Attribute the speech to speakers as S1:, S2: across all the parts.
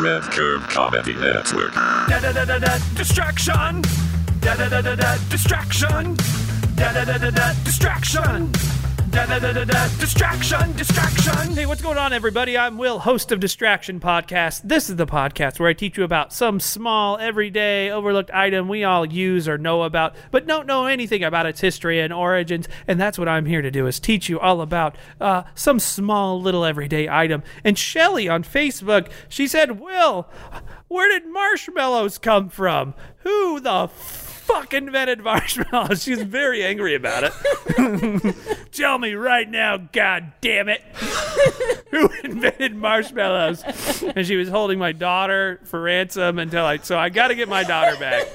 S1: Red Curve Comedy Network.
S2: da da da da da distraction da da da da da distraction da da da da da distraction da da da da da distraction distraction
S3: Hey, what's going on, everybody? I'm Will, host of Distraction Podcast. This is the podcast where I teach you about some small, everyday, overlooked item we all use or know about, but don't know anything about its history and origins. And that's what I'm here to do: is teach you all about uh, some small, little, everyday item. And Shelly on Facebook, she said, "Will, where did marshmallows come from? Who the?" Fuck invented marshmallows. She's very angry about it. Tell me right now, god damn it who invented marshmallows and she was holding my daughter for ransom until i so i got to get my daughter back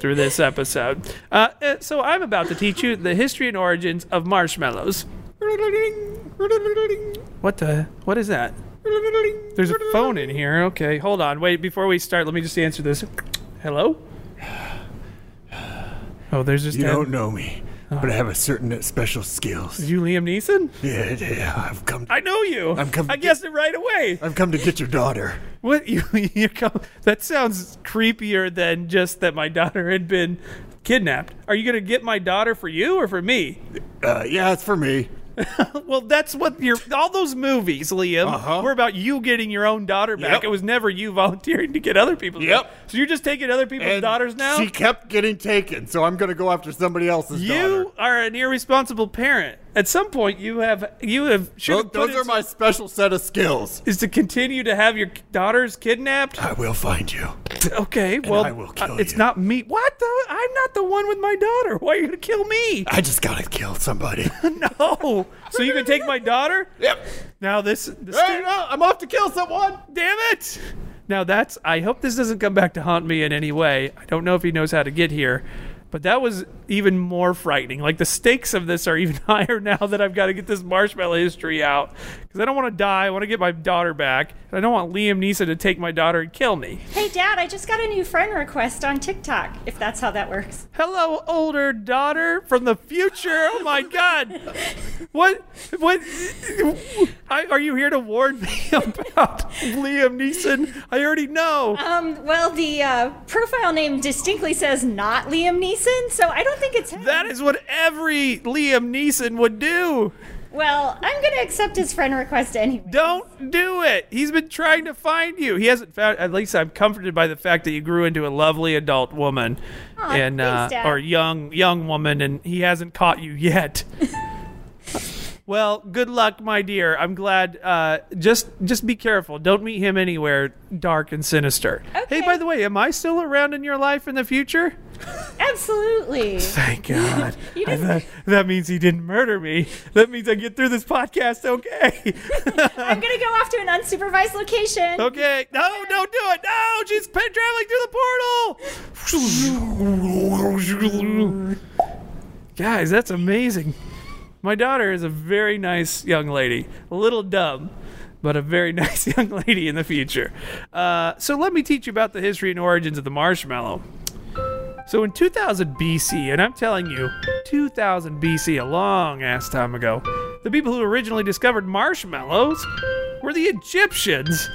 S3: through this episode uh, uh, so i'm about to teach you the history and origins of marshmallows what the what is that there's a phone in here okay hold on wait before we start let me just answer this hello oh there's just
S4: You
S3: that-
S4: don't know me, but I have a certain special skills.
S3: you liam neeson
S4: Yeah, yeah, I've come.
S3: i know you
S4: I'm com-
S3: i guessed it right away
S4: I've come to get your daughter.
S3: What you you come? That sounds creepier than just that my daughter had been kidnapped. Are you gonna get my daughter for you or for me?
S4: Uh, yeah, it's for me.
S3: Well, that's what your all those movies, Liam,
S4: Uh-huh.
S3: were about you getting your own daughter back.
S4: Yep.
S3: It was never you volunteering to get other people's.
S4: Yep.
S3: So you're just taking other people's
S4: And
S3: daughters now.
S4: She kept getting taken, so I'm gonna go after somebody else's daughter.
S3: you are an irresponsible parent. At some point, you have you have should
S4: Those,
S3: have put
S4: those
S3: in
S4: are my special set of skills.
S3: is to continue to have your daughters kidnapped.
S4: I will find you.
S3: Okay, well,
S4: I will kill
S3: uh, it's
S4: you.
S3: not me. What? The? I'm not the one with my daughter. Why are you gonna kill me?
S4: I just gotta kill somebody.
S3: No. So you can take my daughter?
S4: yep.
S3: Now this. this
S4: Hey, no, I'm off to kill someone.
S3: damn it! Now that's. I hope this doesn't come back to haunt me in any way. I don't know if he knows how to get here, but that was even more frightening. Like the stakes of this are even higher now that I've got to get this marshmallow history out because I don't want to die. I want to get my daughter back, and I don't want Liam Neeson to take my daughter and kill me.
S5: Hey, Dad, I just got a new friend request on TikTok, if that's how that works.
S3: Hello, older daughter from the future. Oh my God! What? What? I, are you here to warn me about Liam Neeson? I already know.
S5: Um, well, the uh, profile name distinctly says not Liam Neeson, so I don't think it's him.
S3: That is what every Liam Neeson would do.
S5: well, I'm going to accept his friend request anyway.
S3: Don't do it. He's been trying to find you. He hasn't found. At least I'm comforted by the fact that you grew into a lovely adult woman,
S5: Aw,
S3: and uh,
S5: thanks, Dad.
S3: or young young woman, and he hasn't caught you yet. well, good luck, my dear. I'm glad. Uh, just just be careful. Don't meet him anywhere dark and sinister. Hey,
S5: Okay.
S3: by the way, am I still around in your life in the future?
S5: Absolutely.
S3: Thank God.
S5: You
S3: I
S5: didn't-
S3: thought- that means he didn't murder me. That means I get through this podcast okay.
S5: I'm going to go off to an unsupervised location.
S3: Okay. No, don't do it. No, she's pe- traveling through the portal. Guys, that's amazing. My daughter is a very nice young lady. A little dumb, but a very nice young lady in the future. Uh, so let me teach you about the history and origins of the marshmallow. So in 2000 BC, and I'm telling you, 2000 BC, a long ass time ago, the people who originally discovered marshmallows were the Egyptians.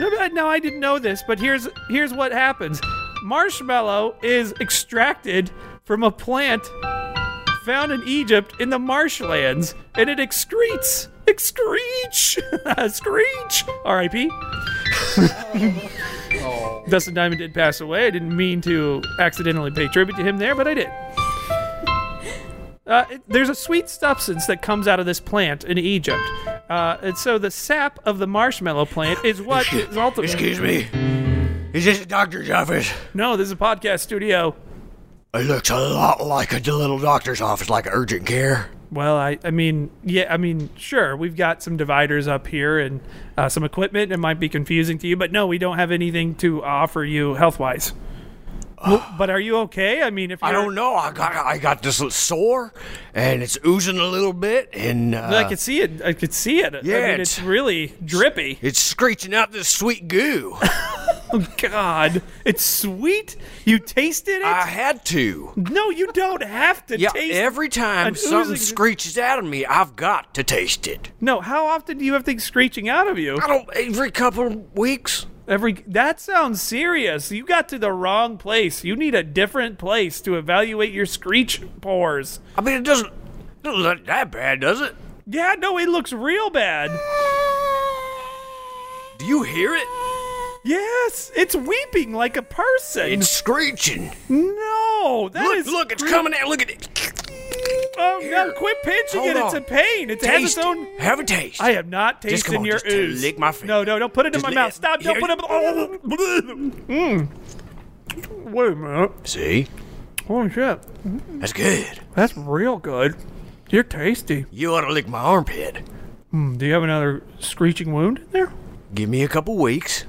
S3: No, but- uh, No, I didn't know this, but here's here's what happens. Marshmallow is extracted from a plant found in Egypt in the marshlands, and it excretes. Excreech! Screech! R.I.P. Dustin Diamond did pass away. I didn't mean to accidentally pay tribute to him there, but I did. Uh, it- there's a sweet substance that comes out of this plant in Egypt. Uh, and so the sap of the marshmallow plant is what is ultimately.
S6: Excuse me. Is this a doctor's office?
S3: No, this is a podcast studio.
S6: It looks a lot like a little doctor's office, like urgent care.
S3: Well, I, I mean, yeah, I mean, sure, we've got some dividers up here and uh, some equipment. It might be confusing to you, but no, we don't have anything to offer you health wise. but are you okay? I mean, if you're,
S6: I don't know. I got I got this little sore, and it's oozing a little bit, and uh,
S3: I could see it. I could see it.
S6: Yeah,
S3: I mean, it's,
S6: it's-
S3: really drippy.
S6: it's screeching out this sweet goo.
S3: Oh God, it's sweet. You tasted it?
S6: I had to.
S3: no, you don't have to
S6: Yeah,
S3: taste.
S6: every time
S3: an
S6: something
S3: oozing-
S6: screeches out of me, I've got to taste it.
S3: no, how often do you have things screeching out of you?
S6: I don't every couple of weeks.
S3: Every that sounds serious. You got to the wrong place. You need a different place to evaluate your screech pores.
S6: I mean, it doesn't, doesn't look that bad, does it?
S3: Yeah, no, it looks real bad.
S6: Do you hear it?
S3: Yes, it's weeping like a person.
S6: It's screeching.
S3: no, that
S6: look,
S3: is
S6: look, it's
S3: cre-
S6: coming out. Look at it.
S3: Oh no!
S6: Here.
S3: Quit pinching
S6: Hold
S3: it. It's
S6: on.
S3: a pain. It has its
S6: Taste it.
S3: own.
S6: Have a taste.
S3: I have not tasted
S6: Just come on,
S3: your
S6: just t-
S3: ooze.
S6: lick my finger.
S3: No, no, don't put it in
S6: Just
S3: my
S6: lick
S3: mouth.
S6: it.
S3: Stop! Don't
S6: Here
S3: put it. Oh, wait a minute.
S6: See?
S3: Holy shit!
S6: That's good.
S3: That's real good. You're tasty.
S6: You ought to lick my armpit.
S3: Do you have another screeching wound in there?
S6: Give me a couple weeks.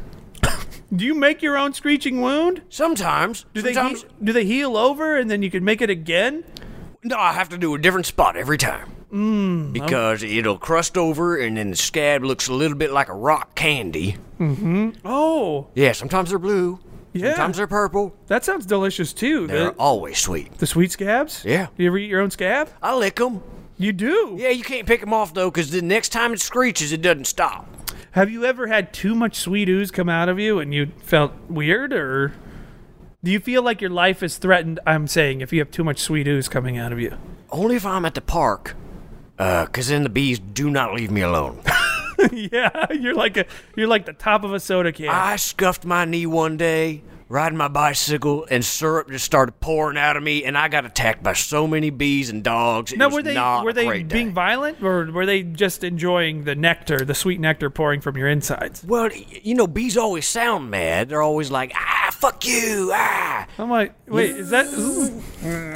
S3: Do you make your own screeching wound?
S6: Sometimes.
S3: Do they
S6: sometimes.
S3: he- do they heal over and then you can make it again?
S6: No, I have to do a different spot every time.
S3: Hmm,
S6: Mm, because it'll crust over and then the scab looks a little bit like a rock candy.
S3: Oh,
S6: Yeah, sometimes they're blue.
S3: Yeah.
S6: Sometimes they're purple.
S3: that sounds delicious too.
S6: They're
S3: The,
S6: always sweet.
S3: the sweet scabs.
S6: Yeah.
S3: Do you ever eat your own scab?
S6: I lick them.
S3: You do.
S6: Yeah, you can't pick them off though, because the next time it screeches, it doesn't stop.
S3: Have you ever had too much sweet ooze come out of you and you felt weird or do you feel like your life is threatened? I'm saying if you have too much sweet ooze coming out of you.
S6: Only if I'm at the park. Uh, 'cause then the bees do not leave me alone.
S3: yeah, you're like a you're like the top of a soda can.
S6: I scuffed my knee one day riding my bicycle, and syrup just started pouring out of me, and I got attacked by so many bees and dogs. It
S3: now
S6: was
S3: were they
S6: not
S3: were
S6: a
S3: they
S6: great
S3: being
S6: day.
S3: violent or were they just enjoying the nectar, the sweet nectar pouring from your insides?
S6: Well, y- you know, bees always sound mad. They're always like, ah, fuck you, ah.
S3: I'm like, wait, is that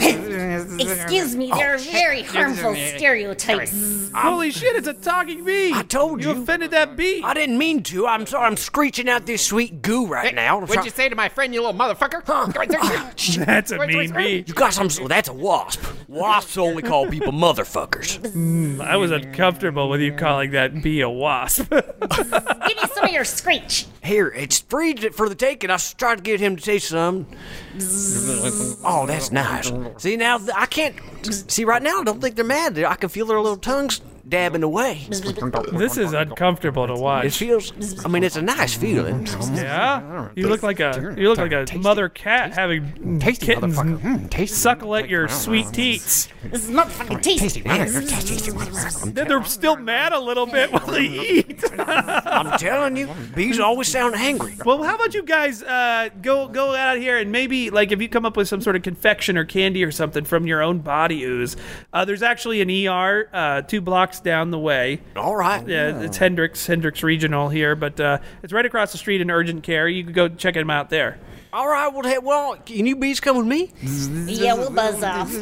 S7: Excuse me, there are very harmful stereotypes.
S3: holy shit? It's a talking bee. I
S6: told
S3: you
S6: you.
S3: offended that bee.
S6: I didn't mean to. I'm sorry. I'm screeching out this sweet goo right now. I'm
S8: What'd you say to my friend, you little motherfucker? Come right there.
S3: That's a
S8: Wait, wait,
S3: mean bee.
S8: wait.
S6: You got some. That's a wasp. Wasps only call people motherfuckers.
S3: I was uncomfortable with you calling that bee a wasp.
S7: Give me some of your screech.
S6: Here, it's free t- for the taking. I s- tried to get him to taste some. Oh, that's nice. See now, th- I can't. See right now, I don't think they're mad. I can feel their little tongues dabbing away.
S3: This is uncomfortable to
S6: It
S3: watch.
S6: feels. I mean, it's a nice feeling.
S3: Yeah, you look like a you look like a mother cat having
S8: Tasty
S3: kittens
S8: motherfucker. Mm, tasty.
S3: suckle at your sweet teats.
S7: This is motherfucking tasty.
S8: Tasty motherfucker. Tasty motherfucker.
S3: Then they're still mad a little bit while they eat.
S6: I'm telling you, bees always sound angry.
S3: Well, how about you guys uh, go go out here and maybe like if you come up with some sort of confection or candy or something from your own body ooze. Uh, there's actually an ER uh, two blocks down the way.
S6: All right.
S3: Yeah, it's Hendrix Hendrix Regional here, but uh, it's right across the street in urgent care. You could go check them out there.
S6: All right. Well, hey, well, can you bees come with me?
S7: Yeah, we'll buzz off.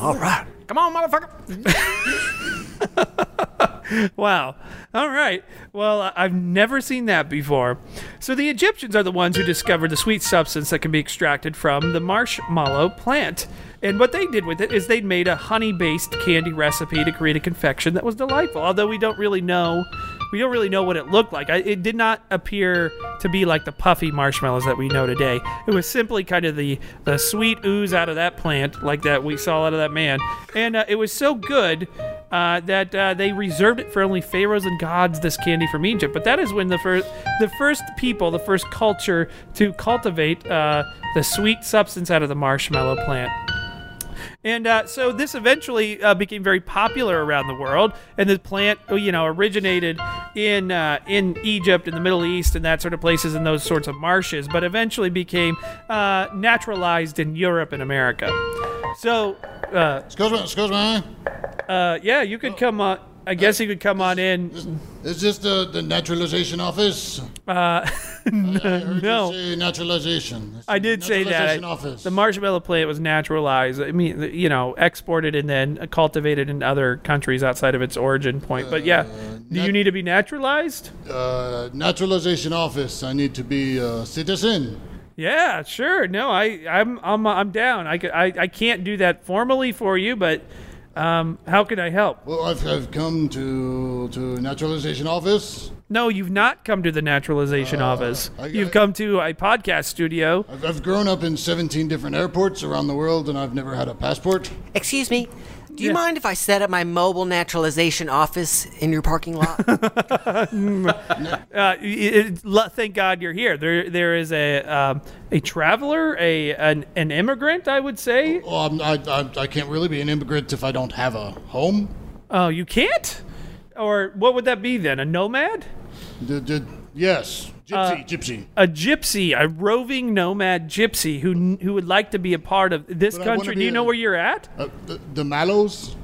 S6: All right.
S8: Come on, motherfucker.
S3: Wow. All right. Well, I- I've never seen that before. So the Egyptians are the ones who discovered the sweet substance that can be extracted from the marshmallow plant. And what they did with it is they made a honey based candy recipe to create a confection that was delightful. Although we don't really know. We don't really know what it looked like. I, it did not appear to be like the puffy marshmallows that we know today. It was simply kind of the, the sweet ooze out of that plant, like that we saw out of that man. And uh, it was so good uh, that uh, they reserved it for only pharaohs and gods. This candy from Egypt, but that is when the first the first people, the first culture to cultivate uh, the sweet substance out of the marshmallow plant. And uh, so this eventually uh, became very popular around the world, and the plant, uh, you know, originated in uh, in Egypt, in the Middle East, and that sort of places, and those sorts of marshes. But eventually became uh, naturalized in Europe and America. So, uh,
S9: Excuse me, excuse me.
S3: uh, yeah, you could come on. I guess you could come on in.
S9: Is this the, the naturalization office?
S3: Uh,
S9: I heard
S3: no.
S9: You say naturalization. It's
S3: I
S9: the
S3: did say that.
S9: naturalization office.
S3: The marshmallow plant was naturalized. I mean, the- you know, exported and then cultivated in other countries outside of its origin point. But yeah, do you
S9: nat-
S3: need to be naturalized?
S9: uh, naturalization office. I need to be a citizen.
S3: Yeah, sure. No, I, I'm, I'm, I'm down. I, c- I, I can't do that formally for you, but um, how can I help?
S9: Well, I've, I've come to to naturalization office.
S3: No, you've not come to the naturalization office.
S9: Uh, I-
S3: you've come to a podcast studio.
S9: I've, I've grown up in 17 different airports around the world, and I've never had a passport.
S10: Excuse me.
S6: Do you mind if I set up my mobile naturalization office in your parking lot?
S3: Uh, it- it- le- thank God you're here. There, there is a um, a traveler, a an, an immigrant, I would say.
S9: Well, I'm, I, I, I can't really be an immigrant if I don't have a home.
S3: Oh, you can't. Or what would that be then? A nomad?
S9: D- d- yes,
S3: Uh,
S9: gypsy, gypsy.
S3: A gypsy, a roving nomad gypsy who who would like to be a part of this
S9: But I wanna
S3: country. Do
S9: be
S3: you know
S9: a-
S3: where you're at?
S9: Uh, the, the mallows,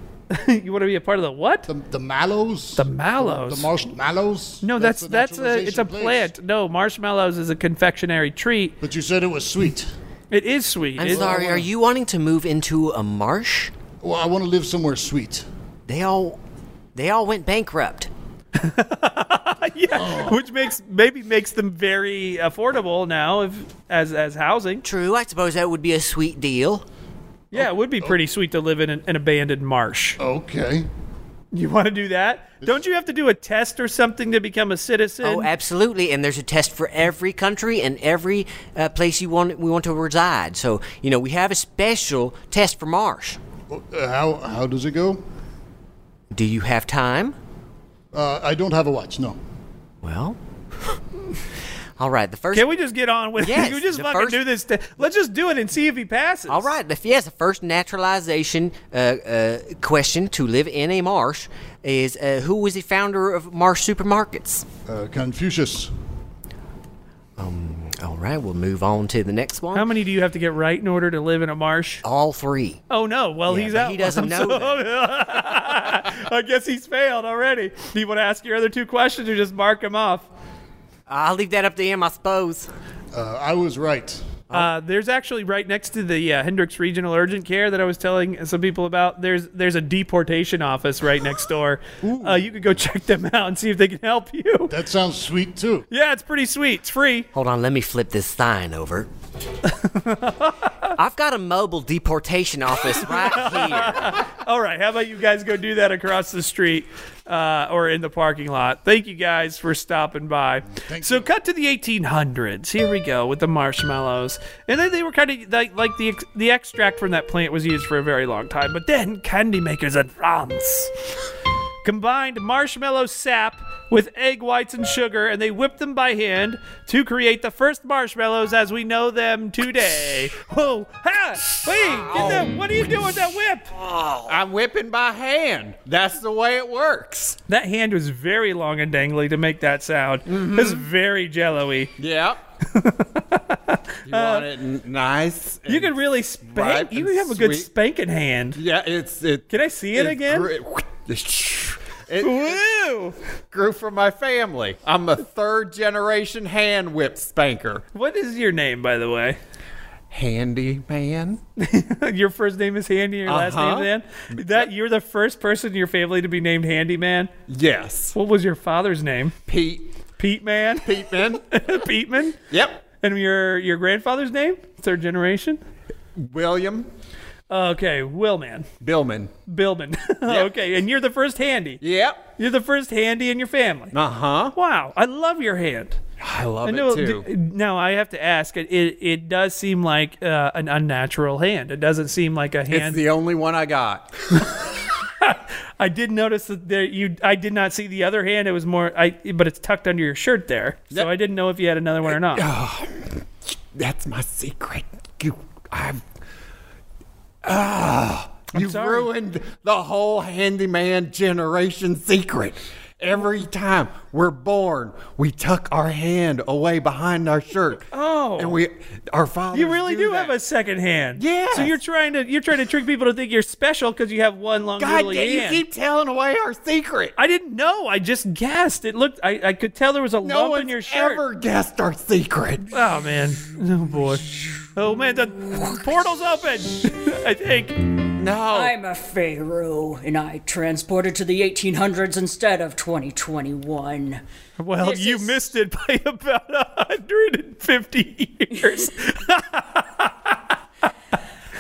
S3: you want to be a part of the what?
S9: the, the mallows,
S3: The mallows.
S9: the marshmallows.
S3: no, that's that's, a it's a
S9: naturalization place.
S3: plant. No, marshmallows is a confectionery treat.
S9: But you said it was sweet.
S3: It is sweet.
S6: I'm
S3: It-
S6: sorry, are you wanting to move into a marsh?
S9: Well, I want to live somewhere sweet.
S6: They all they all went bankrupt.
S3: yeah, which makes maybe makes them very affordable now if, as as housing.
S6: True, I suppose that would be a sweet deal.
S3: Yeah, it would be pretty sweet to live in an, an abandoned marsh.
S9: Okay.
S3: You want to do that? Don't you have to do a test or something to become a citizen?
S6: Oh, absolutely. And there's a test for every country and every uh, place you want we want to reside. So, you know, we have a special test for marsh.
S9: Uh, how how does it go?
S6: Do you have time?
S9: Uh, I don't have a watch. No.
S6: Well, all right. The first
S3: Can we just get on with
S6: Yes,
S3: it? You just
S6: the
S3: fucking
S6: first-
S3: do this. T- Let's just do it and see if he passes.
S6: All right, if yes, the first naturalization uh, uh, question to live in a marsh is uh, who was the founder of Marsh Supermarkets?
S9: Uh, Confucius.
S6: All right, we'll move on to the next one.
S3: How many do you have to get right in order to live in a marsh?
S6: All three.
S3: Oh no! Well,
S6: Yeah,
S3: he's
S6: but
S3: out.
S6: he doesn't
S3: so-
S6: know
S3: I guess he's failed already. Do you want to ask your other two questions or just mark him off?
S6: I'll leave that up to him, I suppose.
S9: Uh, I was right.
S3: Uh, there's actually right next to the uh, Hendricks Regional Urgent Care that I was telling some people about. There's there's a deportation office right next door. uh, you could go check them out and see if they can help you.
S9: That sounds sweet too.
S3: Yeah, it's pretty sweet. It's free.
S6: Hold on, let me flip this sign over. I've got a mobile deportation office right here.
S3: All right, how about you guys go do that across the street uh, or in the parking lot? Thank you guys for stopping by. so, cut to the 1800s. Here we go with the marshmallows, and then they were kind of like, like the ex- the extract from that plant was used for a very long time. But then candy makers in France combined marshmallow sap with egg whites and sugar, and they whipped them by hand to create the first marshmallows as we know them today. Whoa! Ha! Wait! Get that! What are you doing with that whip?
S8: I'm whipping by hand. That's the way it works.
S3: That hand was very long and dangly to make that sound.
S8: Mm-hmm.
S3: It's very jello-y.
S8: Yep. you want it n- nice?
S3: You
S8: and-
S3: could really
S8: ripe
S3: spank. You
S8: and
S3: have a good
S8: sweet.
S3: spanking hand.
S8: Yeah, it's it.
S3: Can I see it
S8: it's
S3: again?
S8: gr- It
S3: Woo!
S8: grew from my family. I'm a third generation hand whip spanker.
S3: What is your name, by the way?
S8: Handy man.
S3: your first name is Handy. Your last
S8: Uh-huh.
S3: name is Ann. That you're the first person in your family to be named Handyman.
S8: Yes.
S3: What was your father's name?
S8: Pete.
S3: Pete Man.
S8: Pete man.
S3: Peteman.
S8: yep.
S3: And your your grandfather's name? Third generation.
S8: William
S3: Okay, Willman,
S8: Billman.
S3: Billman. okay, and you're the first Handy.
S8: Yep.
S3: You're the first Handy in your family.
S8: Uh huh.
S3: Wow, I love your hand.
S8: I love
S3: No,
S8: it too.
S3: d- now I have to ask. It it, it does seem like uh, an unnatural hand. It doesn't seem like a
S8: it's
S3: hand.
S8: the only one I got.
S3: I did notice that there you. I did not see the other hand. It was more. I but it's tucked under your shirt there, so
S8: That- Oh,
S3: I didn't know if you had another one or not.
S8: That's my secret. You, I've. Ah, you
S3: sorry.
S8: ruined the whole handyman generation secret. Every time we're born, we tuck our hand away behind our shirt.
S3: Oh.
S8: and we, our fathers.
S3: You really do, have
S8: that.
S3: a second hand.
S8: Yes.
S3: So you're trying to you're trying to trick people to think you're special because you have one long
S8: God
S3: doodly
S8: damn! You
S3: hand.
S8: keep telling away our secret.
S3: I didn't know. I just guessed. It looked. I, I could tell there was a
S8: no
S3: lump
S8: one's
S3: in your shirt.
S8: ever guessed our secret.
S3: Oh man. Oh boy. Oh man. The portal's open. I think.
S8: No,
S10: I'm a pharaoh, and I transported to the 1800s instead of 2021.
S3: Well,
S10: This
S3: you
S10: is-
S3: missed it by about 150 years.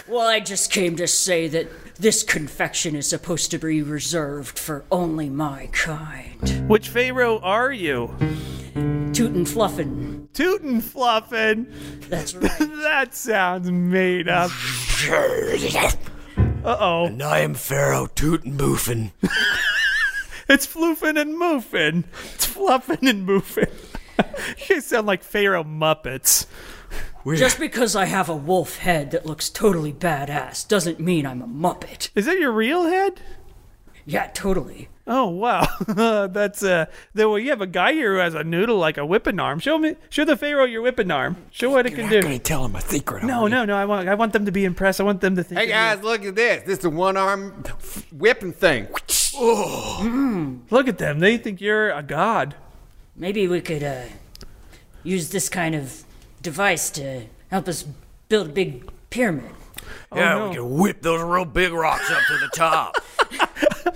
S10: Well, I just came to say that this confection is supposed to be reserved for only my kind.
S3: Which Pharaoh are you?
S10: Tootin' Fluffin'.
S3: Tootin' Fluffin'.
S10: That's right.
S3: That sounds made up. Uh oh.
S6: And I am Pharaoh Tootenboofin.
S3: It's floofing and moofing. It's fluffing and moofing. you guys sound like Pharaoh Muppets.
S10: Just because I have a wolf head that looks totally badass doesn't mean I'm a Muppet.
S3: Is that your real head?
S10: Yeah, totally.
S3: Oh wow, that's uh. Then well, you have a guy here who has a noodle like a whipping arm. Show me, show the Pharaoh your whipping arm. Show what it can do.
S6: tell him a secret.
S3: No, no, no. I want, I want them to be impressed. I want them to think.
S8: Hey
S3: of you.
S8: guys, look at this. This is a one arm whipping thing.
S3: look at them. They think you're a god.
S10: Maybe we could uh, use this kind of device to help us build a big pyramid.
S6: yeah,
S3: Oh, no.
S6: we can whip those real big rocks up to the top.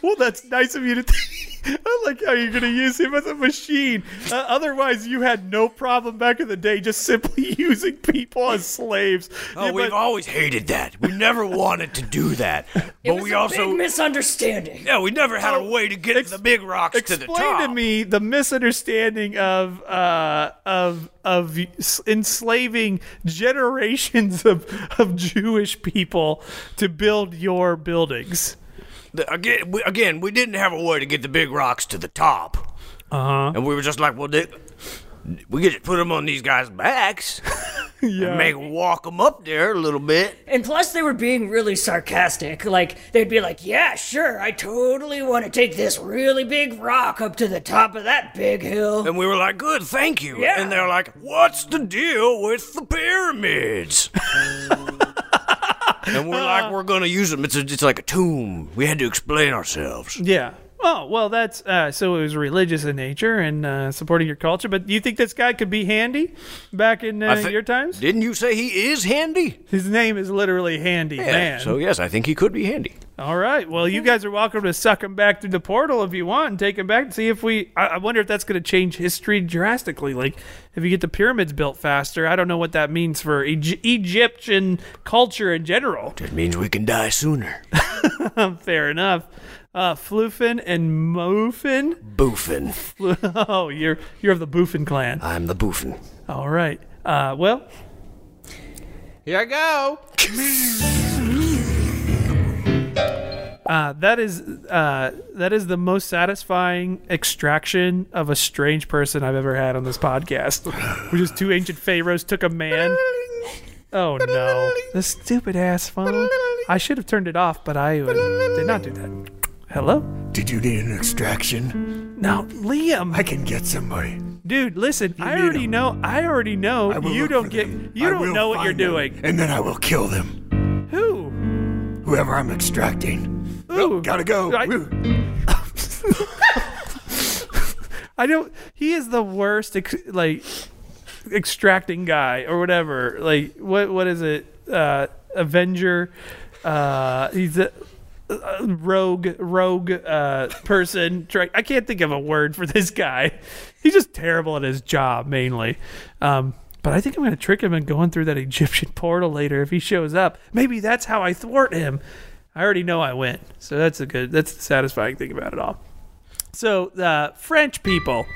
S3: Well, that's nice of you to. think. I like how you're gonna use him as a machine. Uh, otherwise, you had no problem back in the day just simply using people as slaves.
S6: Oh,
S3: Yeah,
S6: we've
S3: but-
S6: always hated that. We never wanted to do that. But we also
S10: Big misunderstanding.
S6: yeah, we never had a way to get the big rocks to the
S3: explain
S6: top.
S3: to, me the misunderstanding of uh, of of enslaving generations of of Jewish people to build your buildings.
S6: The- again, we, again, we didn't have a way to get the big rocks to the top.
S4: Uh-huh.
S6: Uh huh. And we were just like, well, they, we could just put them on these guys' backs and make 'em walk them up there a little bit.
S10: And plus, they were being really sarcastic. Like, they'd be like, yeah, sure, I totally want to take this really big rock up to the top of that big hill.
S6: And we were like, good, thank you.
S10: Yeah.
S6: And they're like, what's the deal with the pyramids? and we're like, we're going to use them. It's, a, it's like a tomb. We had to explain ourselves.
S3: Yeah. Oh well, that's uh, so it was religious in nature and uh, supporting your culture. But you think this guy could be handy back in uh,
S6: I thi-
S3: your times?
S6: Didn't you say he is handy?
S3: His name is literally Handy Man.
S6: So, yes, I think he could be handy.
S3: All right. Well, you guys are welcome to suck him back through the portal if you want and take him back and see if we. I, I wonder if that's going to change history drastically. Like, if you get the pyramids built faster, I don't know what that means for Egy- Egyptian culture in general.
S6: It means we can die sooner.
S3: Fair enough. Uh, Floofin and Mofin.
S6: Boofin.
S3: Oh, you're you're of the Boofin clan.
S6: I'm the boofin.
S3: All right. Uh, well,
S8: Here I go.
S3: Uh, that is uh, that is the most satisfying extraction of a strange person I've ever had on this podcast. Which is two ancient pharaohs took a man. Oh no, the stupid ass phone! I should have turned it off, but I uh, did not do that. Hello?
S2: Did you need an extraction?
S3: No, Liam,
S2: I can get somebody.
S3: dude, listen. I already know. I already know.
S2: will
S3: You
S2: look
S3: don't
S2: for
S3: get.
S2: them.
S3: You
S2: I
S3: don't
S2: will
S3: know what you're
S2: find them,
S3: doing.
S2: And then I will kill them.
S3: Who?
S2: Whoever I'm extracting.
S3: Who?
S2: Gotta go.
S3: I-
S2: Woo.
S3: I don't. He is the worst, ex, like extracting guy or whatever. Like what? What is it? Uh, Avenger. Uh, he's a uh, rogue, rogue uh, person. Tra- I can't think of a word for this guy. He's just terrible at his job mainly. Um, but I think I'm going to trick him into going through that Egyptian portal later if he shows up. Maybe that's how I thwart him. I already know I win, so that's a good. That's the satisfying thing about it all. So the French people,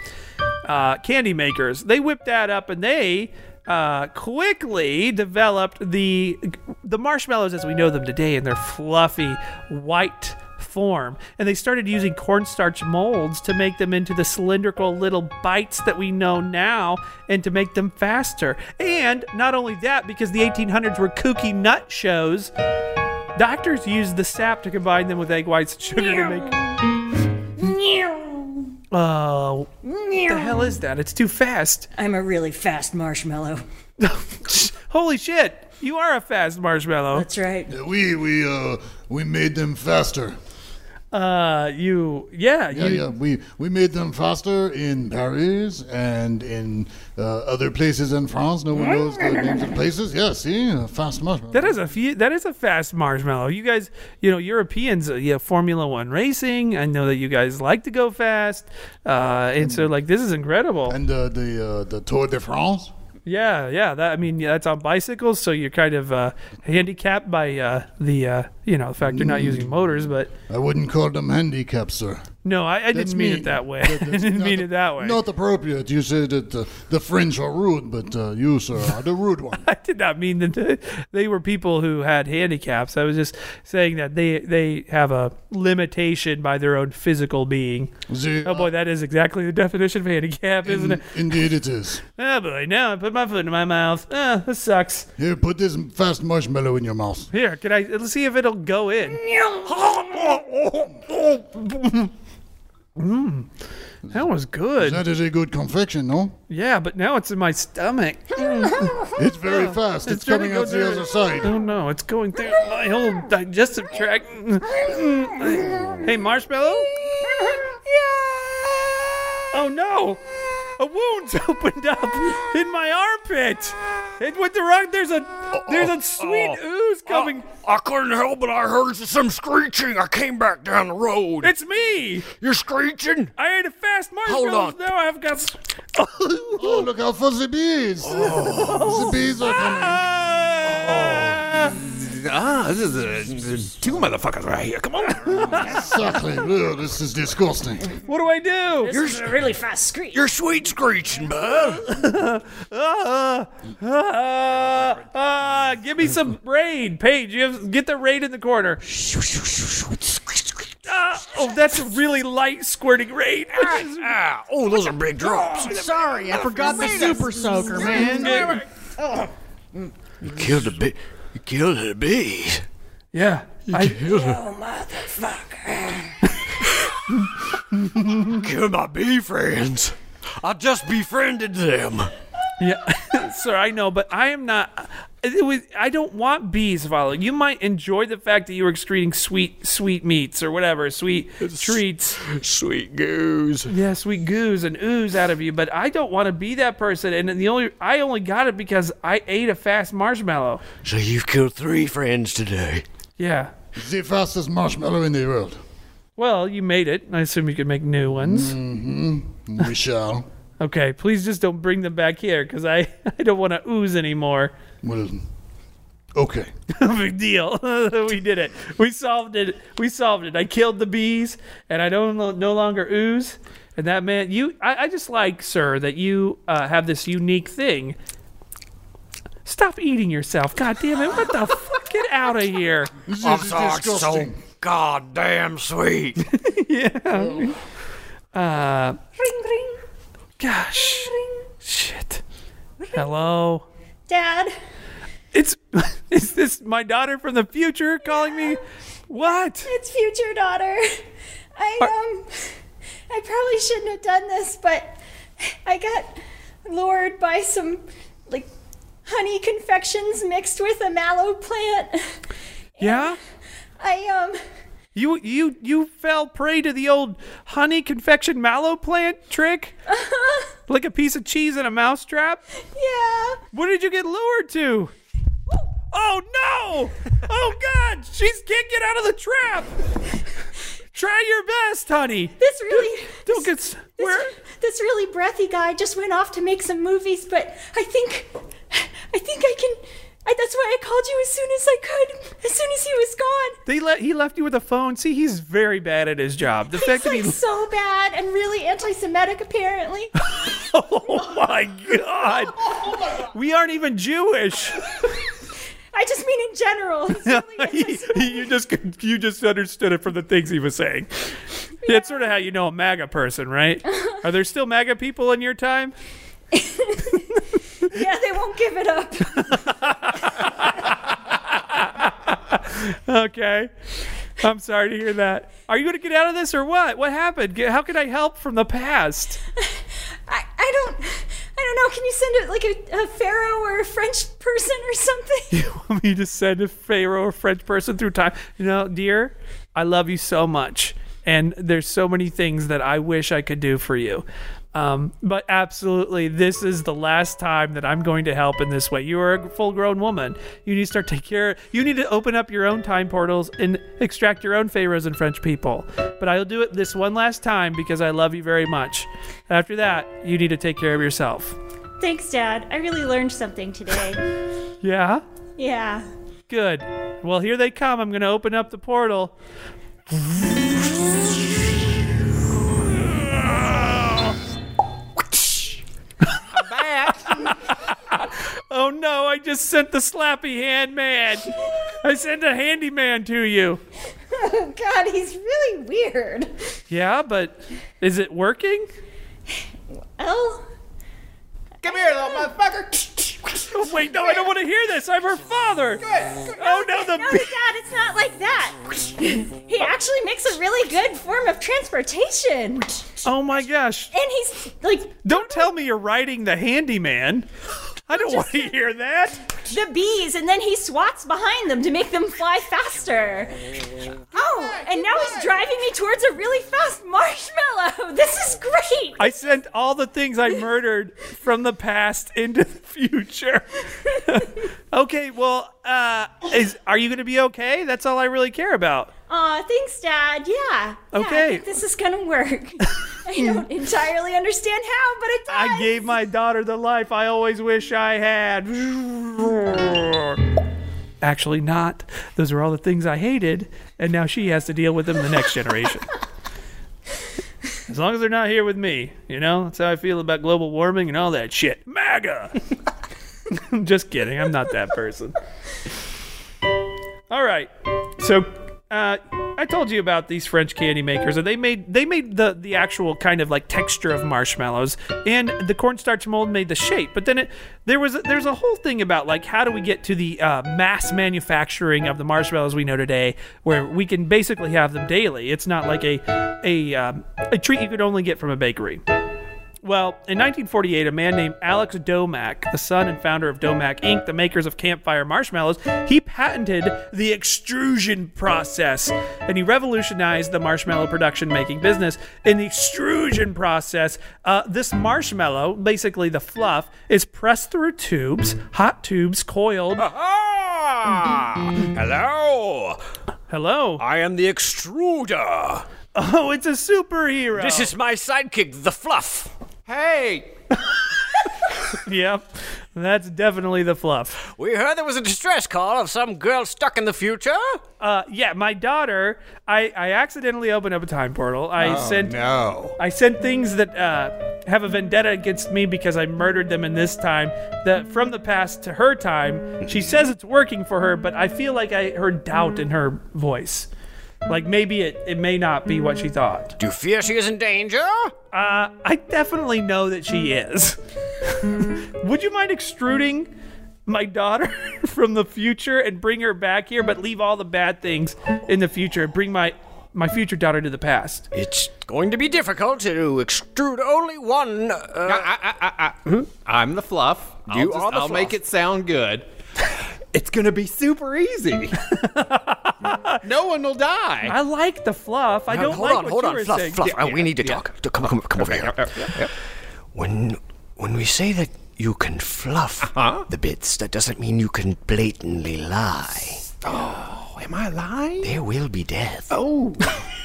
S3: uh, candy makers, they whipped that up and they uh, quickly developed the the marshmallows as we know them today in their fluffy white form and they started using cornstarch molds to make them into the cylindrical little bites that we know now and to make them faster and not only that because the 1800s were kooky nut shows doctors used the sap to combine them with egg whites and sugar to make uh, what the hell is that? It's too fast.
S10: I'm a really fast marshmallow.
S3: Holy shit! You are a fast
S6: Oh.
S3: marshmallow.
S10: That's right.
S9: We we uh we made them faster.
S3: Uh, you, yeah,
S9: Yeah,
S3: you,
S9: yeah. We we made them faster in Paris and in uh, other places in France. No one knows the names of places. Yeah, see, uh, fast marshmallow.
S3: That is a few, that is a fast marshmallow. You guys, you know, Europeans, uh, yeah, Formula One racing. I know that you guys like to go fast, uh, and so like this is incredible.
S9: and uh, the uh, the Tour de France.
S3: Yeah, yeah. That I mean, yeah, that's on bicycles, so you're kind of uh, handicapped
S9: Mm.
S3: by uh, the uh, you know the fact you're not using motors, but
S9: I wouldn't call them handicaps, sir.
S3: No, I, I didn't mean, it that way. I didn't mean it that way.
S9: Not appropriate. You say that uh, the French are rude, but uh, you, sir, are the rude one.
S3: I did not mean that they were people who had handicaps. I was just saying that they they have a limitation by their own physical being.
S9: The,
S3: oh boy, that is exactly the definition of handicap, isn't it?
S9: uh, Indeed, it is.
S3: Oh boy, now I put my foot in my mouth. Ah, this sucks.
S9: Here, put this fast marshmallow in your mouth.
S3: Here, can I? Let's see if it'll go in. Mmm, that was good.
S9: That Mm. is a good confection, no?
S3: Yeah, but now it's in my stomach.
S9: It's very fast. It's,
S3: trying to
S9: coming
S3: go
S9: out the
S3: through-
S9: other side.
S3: Oh no, it's going through my whole digestive tract. hey, marshmallow. Oh no, a wound's opened up in my armpit. It went the wrong. There's a there's a sweet ooze coming.
S11: I couldn't help it. I heard some screeching. I came back down the road.
S3: It's me.
S11: You're screeching.
S3: I ate a fast marshmallow.
S11: Hold on.
S3: Now I've got.
S9: oh, look out for the bees.
S3: Oh.
S9: The bees are coming.
S11: Ah, this is uh, there's two motherfuckers right here. Come on.
S9: Exactly. Ugh, this is disgusting.
S3: What do I do?
S10: This is a really fast screech.
S11: You're sweet screeching, bud.
S3: Ah, ah, ah, ah, give me some raid, Paige. You have, get the raid in the corner. Ah, oh, that's a really light squirting raid. which is-
S11: Ah, oh, those are big drops.
S12: Sorry, I forgot the super soaker, man.
S11: You killed the bee. You killed the bees.
S3: Yeah. I
S11: killed her. Killed my bee friends. I just befriended them.
S3: Yeah, sir, I know, but I am not. It was, I don't want bees following. You might enjoy the fact that you were excreting sweet, sweet meats or whatever, sweet treats,
S11: sweet goos.
S3: Yeah, sweet goos and ooze out of you. But I don't want to be that person. And the only I only got it because I ate a fast marshmallow.
S11: So you've killed three friends today.
S3: Yeah.
S9: The fastest marshmallow in the world.
S3: Well, you made it. I assume you could make new ones.
S9: Mm-hmm. We shall.
S3: Okay, please just don't bring them back here because I, I don't want to ooze anymore.
S9: Well, okay.
S3: No big deal. we did it. We solved it. We solved it. I killed the bees, and I don't no longer ooze. And that man, you, I, I just like, sir, that you uh, have this unique thing. Stop eating yourself. God damn it. What the fuck? Get out of here.
S11: I'm sorry, it's so goddamn sweet.
S3: yeah. Uh,
S5: Ring, ring,
S3: gosh.
S5: ring.
S3: Shit. Hello.
S5: Dad,
S3: It's is this my daughter from the future calling me? What?
S5: it's future daughter. I um, I probably shouldn't have done this, but I got lured by some like honey confections mixed with a mallow plant.
S3: Yeah?
S5: I um,
S3: You you you fell prey to the old honey confection mallow plant trick? like a piece of cheese in a mousetrap?
S5: yeah.
S3: What did you get lured to? Oh no! Oh god, she's can't get out of the trap! Try your best, honey.
S5: This really,
S3: Don't get s- where
S5: this really breathy guy just went off to make some movies, but I think, I think I can. I, that's why I called you as soon as I could, as soon as he was gone.
S3: they let he left you with a phone. See, he's very bad at his job. The fact
S5: It's
S3: that
S5: like
S3: he
S5: so bad and really anti-Semitic, apparently.
S3: Oh my god. We aren't even Jewish.
S5: I just mean in general.
S3: you just you just understood it from the things he was saying. That's sort of how you know a MAGA person, right? Are there still MAGA people in your time?
S5: yeah, they won't give it up.
S3: Okay. I'm sorry to hear that. Are you going to get out of this or what? What happened? Get- How can I help from the past?
S5: I, I don't, I don't know. Can you send it like a, a pharaoh or a French person or something?
S3: You want me to send a Pharaoh or French person through time? You know, dear, I love you so much. And there's so many things that I wish I could do for you. Um, but absolutely, this is the last time that I'm going to help in this way. You are a full grown woman. You need to start taking care. You need to open up your own time portals and extract your own pharaohs and French people. But I'll do it this one last time because I love you very much. After that, you need to take care of yourself.
S5: Thanks, Dad. I really learned something today.
S3: Yeah?
S5: Yeah.
S3: Good. Well, here they come. I'm going to open up the portal. Oh, just sent the slappy hand man. I sent a handyman to you.
S5: Oh, God, he's really weird.
S3: Yeah, but is it working?
S5: Well,
S13: Come here, little motherfucker.
S3: Oh, wait, no, I don't want to hear this. I'm her father. Oh, no, the.
S5: No, Dad, it's not like that. He actually makes a really good form of transportation.
S3: Oh, my gosh.
S5: And he's like.
S3: Don't tell me you're riding the handyman. I don't want to hear that.
S5: The bees, and then he swats behind them to make them fly faster. Oh, and now he's driving me towards a really fast marshmallow. This is great.
S3: I sent all the things I murdered from the past into the future. okay, well, uh, is are you going to be okay? That's all I really care about.
S5: Aw, thanks, Dad. Yeah. Yeah, I
S3: Okay.
S5: think this is gonna work. I don't entirely understand how, but it does.
S3: I gave my daughter the life I always wish I had. Actually, not. Those are all the things I hated, and now she has to deal with them the next generation. As long as they're not here with me, you know? That's how I feel about global warming and all that shit. MAGA! I'm just kidding. I'm not that person. All right. So uh, I told you about these French candy makers, and they made they made the the actual kind of like texture of marshmallows, and the cornstarch mold made the shape. But then it there was there's a whole thing about like how do we get to the uh, mass manufacturing of the marshmallows we know today, where we can basically have them daily. It's not like a a um, a treat you could only get from a bakery. Well, in 1948, a man named Alex Domack, the son and founder of Domack Inc., the makers of Campfire Marshmallows, he patented the extrusion process and he revolutionized the marshmallow production making business. In the extrusion process, uh, this marshmallow, basically the fluff, is pressed through tubes, hot tubes, coiled.
S6: Ah.
S14: Hello.
S3: Hello.
S6: Ah.
S14: I am the extruder.
S3: Oh, it's a superhero.
S14: This is my sidekick, the Fluff.
S13: Hey,
S3: yep, that's definitely the fluff.
S6: We heard there was a distress call of some girl stuck in the future.
S3: Uh, yeah, my daughter. I, I accidentally opened up a time portal. I
S6: Oh,
S3: sent
S6: no.
S3: I sent things that uh, have a vendetta against me because I murdered them in this time. That from the past to her time. She says it's working for her, but I feel like I heard doubt in her voice. Like maybe it, it may not be what she thought.
S6: Do you fear she is in danger?
S3: Uh, I definitely know that she
S15: Mm.
S3: is. Would you mind extruding my daughter from the future and bring her back here, but leave all the bad things in the future and bring my my future daughter to the past?
S6: It's going to be difficult to extrude only one. Uh,
S15: I'm the fluff. I'll
S6: You
S15: just-
S6: are the
S15: I'll make
S6: fluff.
S15: it sound good. It's gonna be super easy. no one will die.
S3: I like the fluff. I
S15: No,
S3: don't
S15: Uh, hold
S3: like
S15: on,
S3: what
S15: hold
S3: you
S15: on,
S3: were
S15: fluff,
S3: saying.
S6: Fluff, uh, we need to talk. Come, come, come over here. When when we say that you can fluff
S15: Uh-huh.
S6: the bits, that doesn't mean you can blatantly lie.
S15: Oh, am I lying?
S6: There will be death.
S15: Oh,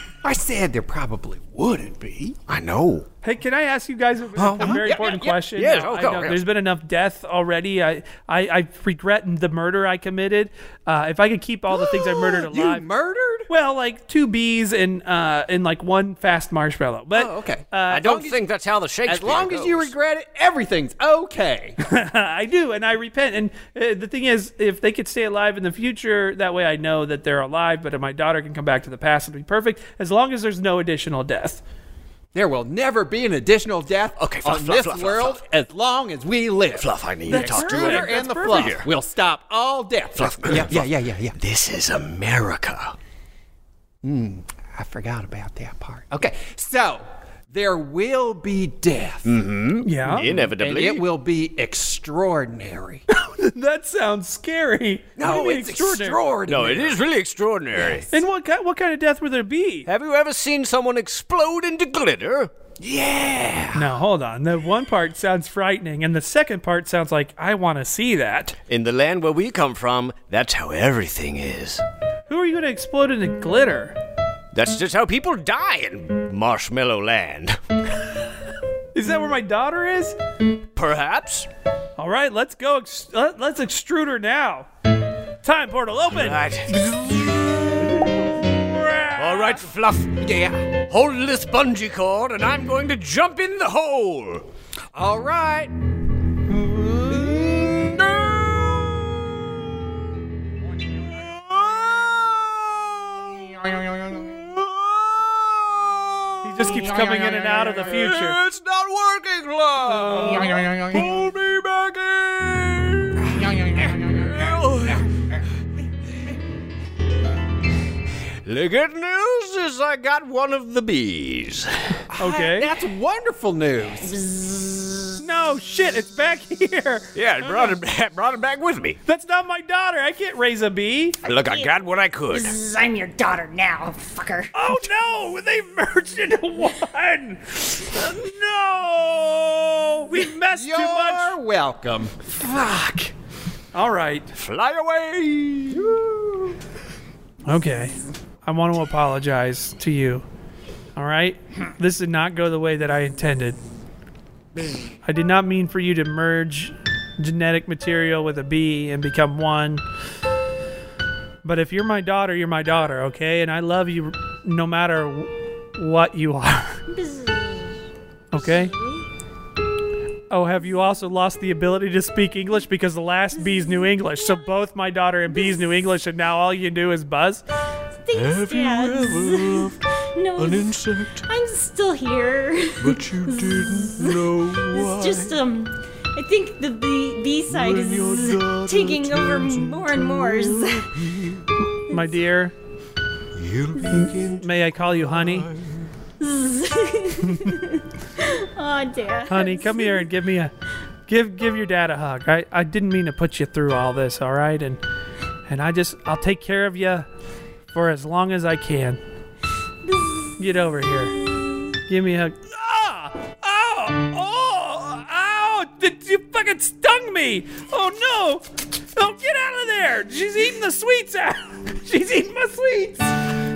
S15: I said there probably wouldn't be.
S6: I know.
S3: Hey, can I ask you guys a,
S15: Huh?
S3: a very
S15: Yeah,
S3: important
S15: yeah, yeah.
S3: question?
S15: Yes,
S3: Uh,
S15: oh,
S3: I
S15: go,
S3: know
S15: yeah.
S3: There's been enough death already. I, I, I regret the murder I committed. Uh, if I could keep all the things I murdered
S15: You
S3: alive,
S15: murdered?
S3: Well, like two bees and uh, and like one fast marshmallow. But
S15: okay.
S3: uh,
S6: Oh, I don't think that's how the Shakespeare.
S15: As long as you
S6: goes.
S15: regret it, everything's okay.
S3: I do, and I repent. And uh, the thing is, if they could stay alive in the future, that way I know that they're alive. But if my daughter can come back to the past and be perfect, as long as there's no additional death.
S15: There will never be an additional death
S3: fluff,
S15: on
S3: fluff,
S15: this
S3: fluff, fluff,
S15: world as long as we live. Fluff,
S6: I need
S15: the
S6: to talk to you.
S15: intruder
S6: That's
S15: and the
S6: perfect.
S15: fluff
S6: Yeah.
S15: will stop all death.
S6: Fluff.
S15: Yeah, yeah, yeah, yeah, yeah.
S6: This is America.
S15: Hmm, I forgot about that part. Okay, so there will be death.
S14: Mm-hmm.
S3: Yeah.
S14: Inevitably.
S15: And it will be extraordinary. Oh,
S3: that sounds scary. What do you mean
S6: No, it is really extraordinary.
S3: And what kind, what kind of death would there be?
S6: Have you ever seen someone explode into glitter? Yeah.
S3: Now hold on. The one part sounds frightening, and the second part sounds like I want to see that.
S6: In the land where we come from, that's how everything is.
S3: Who are you going to explode into glitter?
S6: That's just how people die in Marshmallow Land.
S3: Is that where my daughter is?
S6: Perhaps.
S3: All right, let's go. Ex- let- let's extrude her now. Time portal open.
S6: All right, Fluff. Yeah. Hold this bungee cord, and I'm going to jump in the hole.
S15: all right.
S3: coming in and out of the future.
S14: It's not working, love. Hold me back in. The good news is I got one of the bees.
S3: Okay.
S15: That's wonderful news.
S3: No shit, it's back here.
S14: Yeah, it brought it back, brought it back with me.
S3: That's not my daughter. I can't raise a bee.
S14: Look, I got what I could.
S5: Mm-hmm.
S7: Zzz, I'm your daughter now, fucker.
S3: Oh no, they merged into one. no, we messed
S15: You're
S3: too much.
S15: welcome.
S3: Fuck. All right.
S14: Fly away.
S3: Okay. I want to apologize to you. All right? This did not go the way that I intended. I did not mean for you to merge genetic material with a bee and become one. But if you're my daughter, you're my daughter, okay? And I love you no matter wh- what you are. Okay? Oh, have you also lost the ability to speak English because the last bees knew English? So both my daughter and bees knew English, and now all you do is buzz?
S5: Thanks, Dad. no,
S11: An insect,
S5: I'm still here.
S11: but you didn't know why.
S5: It's just um, I think the B B side
S11: When your
S5: is taking over more and more.
S3: My dear, may I call you honey?
S5: oh, Dad.
S3: Honey, come here and give me a give give your dad a hug. I I didn't mean to put you through all this, all right? And and I just I'll take care of you for as long as I can. Get over here. Give me a hug. Oh, oh, ow! Did you fucking stung me? Oh no! Oh, get out of there! She's eating the sweets out. She's eating my sweets.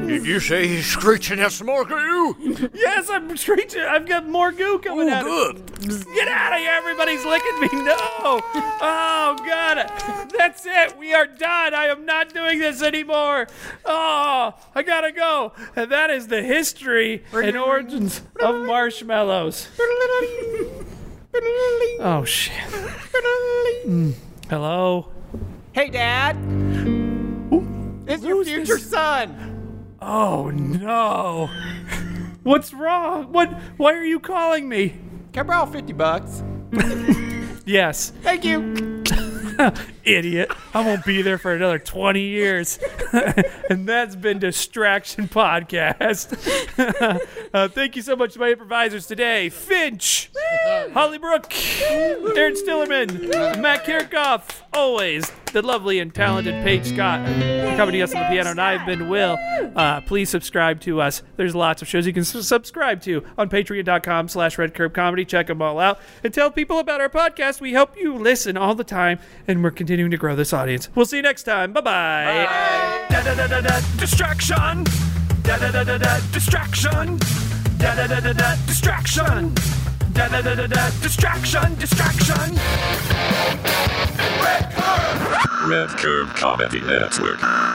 S11: Did you say he's screeching at some more goo?
S3: Yes, I'm screeching. I've got more goo coming
S11: Ooh,
S3: out. of- Get out of here! Everybody's licking me. No! Oh God! That's it. We are done. I am not doing this anymore. Oh, I gotta go. And that is the history and origins of marshmallows. Oh shit. Mm. Hello.
S12: Hey, Dad. It's your future son.
S3: Oh no. What's wrong? What? Why are you calling me?
S15: Can I borrow 50 bucks?
S3: Yes.
S12: Thank you.
S3: Idiot. I won't be there for another 20 years. and that's been Distraction Podcast. uh, thank you so much to my improvisers today Finch, Holly Brook, Darren Stillerman, Matt Kirchhoff, always the lovely and talented Paige Scott, accompanying us on the piano. And I've been Will. Uh, please subscribe to us. There's lots of shows you can s- subscribe to on patreon.com slash redcurbcomedy. Check them all out and tell people about our podcast. We help you listen all the time, and we're continuing to grow this audience. We'll see you next time. Bye-bye.
S2: Da da da da da distraction. Da da da da da distraction. Da da da da da distraction. Da da da da da distraction. Distraction.
S1: Red Curve Comedy Network.